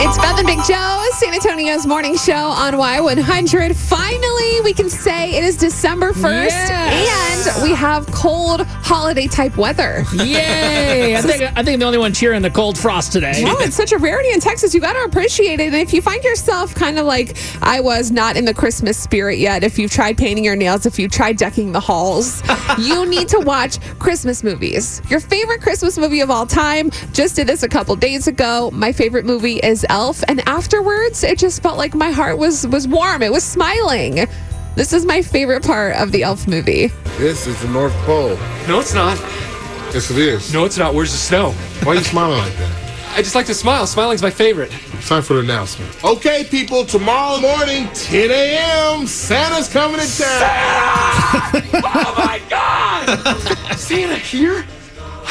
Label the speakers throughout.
Speaker 1: It's Beth and Big Joe, San Antonio's morning show on Y100. Finally, we can say it is December 1st,
Speaker 2: Yes.
Speaker 1: and we have cold holiday type weather.
Speaker 2: Yay! I think I think I'm the only one cheering the cold frost today.
Speaker 1: No, it's such a rarity in Texas. You got to appreciate it. And if you find yourself kind of like I was, not in the Christmas spirit yet, if you've tried painting your nails, if you've tried decking the halls, you need to watch Christmas movies. Your favorite Christmas movie of all time. Just did this a couple days ago. My favorite movie is Elf, and afterwards, it just felt like my heart was was warm. It was smiling. This is my favorite part of the Elf movie.
Speaker 3: This is the North Pole.
Speaker 4: No, it's not.
Speaker 3: Yes, it is.
Speaker 4: No, it's not. Where's the snow?
Speaker 3: Why are you smiling like that?
Speaker 4: I just like to smile. Smiling's my favorite.
Speaker 3: It's time for the announcement. Okay, people, tomorrow morning, 10 a.m., Santa's coming to town.
Speaker 4: Oh my God! Santa here?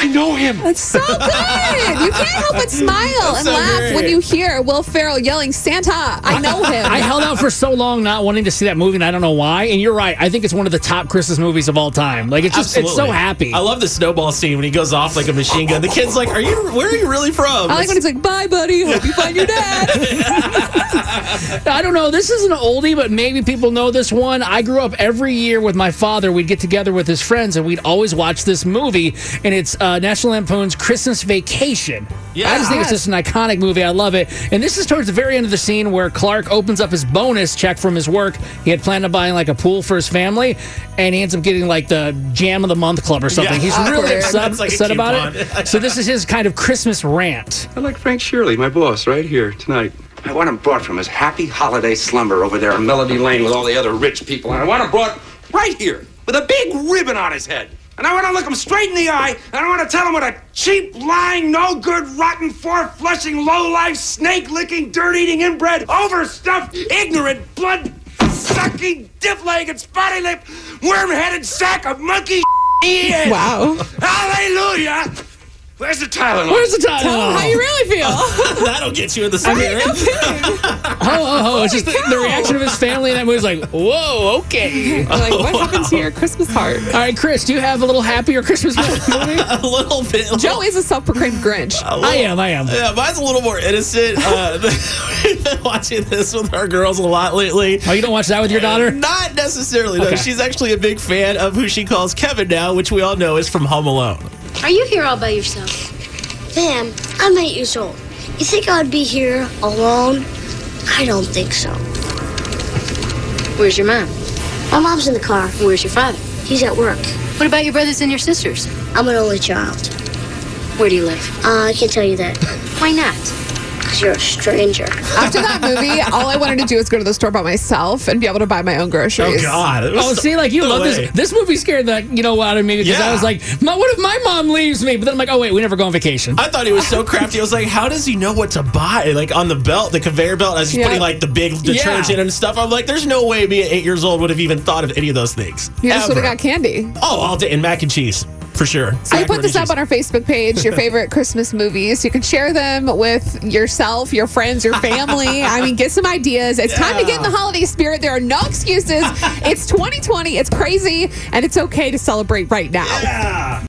Speaker 4: I know him.
Speaker 1: It's so good. You can't help but smile and
Speaker 5: so
Speaker 1: laugh
Speaker 5: great.
Speaker 1: when you hear Will Ferrell yelling, Santa, I know him.
Speaker 2: I held out for so long not wanting to see that movie, and I don't know why. And you're right; I think it's one of the top Christmas movies of all time. Like it's just it's so
Speaker 5: Absolutely.
Speaker 2: happy.
Speaker 5: I love the snowball scene when he goes off like a machine gun. The kid's like, "Are you? Where are you really from?"
Speaker 1: I like when he's like, bye, buddy. Hope you find your dad.
Speaker 2: I don't know. This is an oldie, but maybe people know this one. I grew up every year with my father. We'd get together with his friends, and we'd always watch this movie. And it's uh, National Lampoon's Christmas Vacation.
Speaker 5: Yeah.
Speaker 2: I just think it's just an iconic movie. I love it. And this is towards the very end of the scene where Clark opens up his bonus check from his work. He had planned on buying like a pool for his family, and he ends up getting like the Jam of the Month Club or something.
Speaker 5: Yeah.
Speaker 2: He's really
Speaker 1: Awkward.
Speaker 2: upset,
Speaker 5: That's like a
Speaker 2: upset about
Speaker 5: coupon.
Speaker 2: it. So this is his kind of Christmas rant.
Speaker 6: I like Frank Shirley, my boss, right here tonight. I want him brought from his happy holiday slumber over there on Melody Lane with all the other rich people. And I want him brought right here with a big ribbon on his head. And I want to look him straight in the eye, and I want to tell him what a cheap, lying, no good, rotten, four flushing, low life, snake licking, dirt eating, inbred, overstuffed, ignorant, blood sucking, dip legged, spotty lip, worm headed sack of monkey he is.
Speaker 1: Wow.
Speaker 6: Hallelujah! Where's the Tylenol?
Speaker 2: Where's the title?
Speaker 1: Oh, how you really feel?
Speaker 5: That'll get you in the spirit.
Speaker 2: Oh, oh, oh. It's just the, the reaction of his family in that movie is like, whoa, okay.
Speaker 1: You're like, what happened to your Christmas heart?
Speaker 2: All right, Chris, do you have a little happier Christmas movie?
Speaker 5: a little bit.
Speaker 1: Joe is a self-proclaimed Grinch.
Speaker 2: I am, I am.
Speaker 5: Yeah, mine's a little more innocent. Uh, we've been watching this with our girls a lot lately.
Speaker 2: Oh, you don't watch that with your daughter?
Speaker 5: Not necessarily, though.
Speaker 2: Okay.
Speaker 5: She's actually a big fan of who she calls Kevin now, which we all know is from Home Alone.
Speaker 7: Are you here all by yourself? Ma'am, I'm eight years old. You think I would be here alone? I don't think so.
Speaker 8: Where's your mom?
Speaker 7: My mom's in the car.
Speaker 8: Where's your father?
Speaker 7: He's at work.
Speaker 8: What about your brothers and your sisters?
Speaker 7: I'm an only child.
Speaker 8: Where do you live?
Speaker 7: Uh, I can't tell you that
Speaker 8: Why not?
Speaker 7: because you're a stranger.
Speaker 1: After that movie, all I wanted to do was go to the store by myself and be able to buy my own groceries.
Speaker 5: God.
Speaker 2: Oh, see, like you
Speaker 5: No
Speaker 2: love
Speaker 5: way.
Speaker 2: this. This movie scared the you know out of me because I
Speaker 5: Yeah.
Speaker 2: was like, "Ma- what if my mom leaves me? But then I'm like, oh wait, we never go on vacation.
Speaker 5: I thought he was so crafty. I was like, how does he know what to buy? Like on the belt, the conveyor belt, I was just
Speaker 1: Yeah.
Speaker 5: putting like the big detergent and stuff. I'm like, there's no way me at eight years old would have even thought of any of those things.
Speaker 1: You just would
Speaker 5: Ever.
Speaker 1: have got candy.
Speaker 5: Oh, all day. And mac and cheese, for sure.
Speaker 1: I put this up on our Facebook page, your favorite Christmas movies. You can share them with yourself, your friends, your family. I mean, get some ideas. It's time to get in the holiday spirit. There are no excuses. it's 2020. It's crazy. And it's okay to celebrate right now.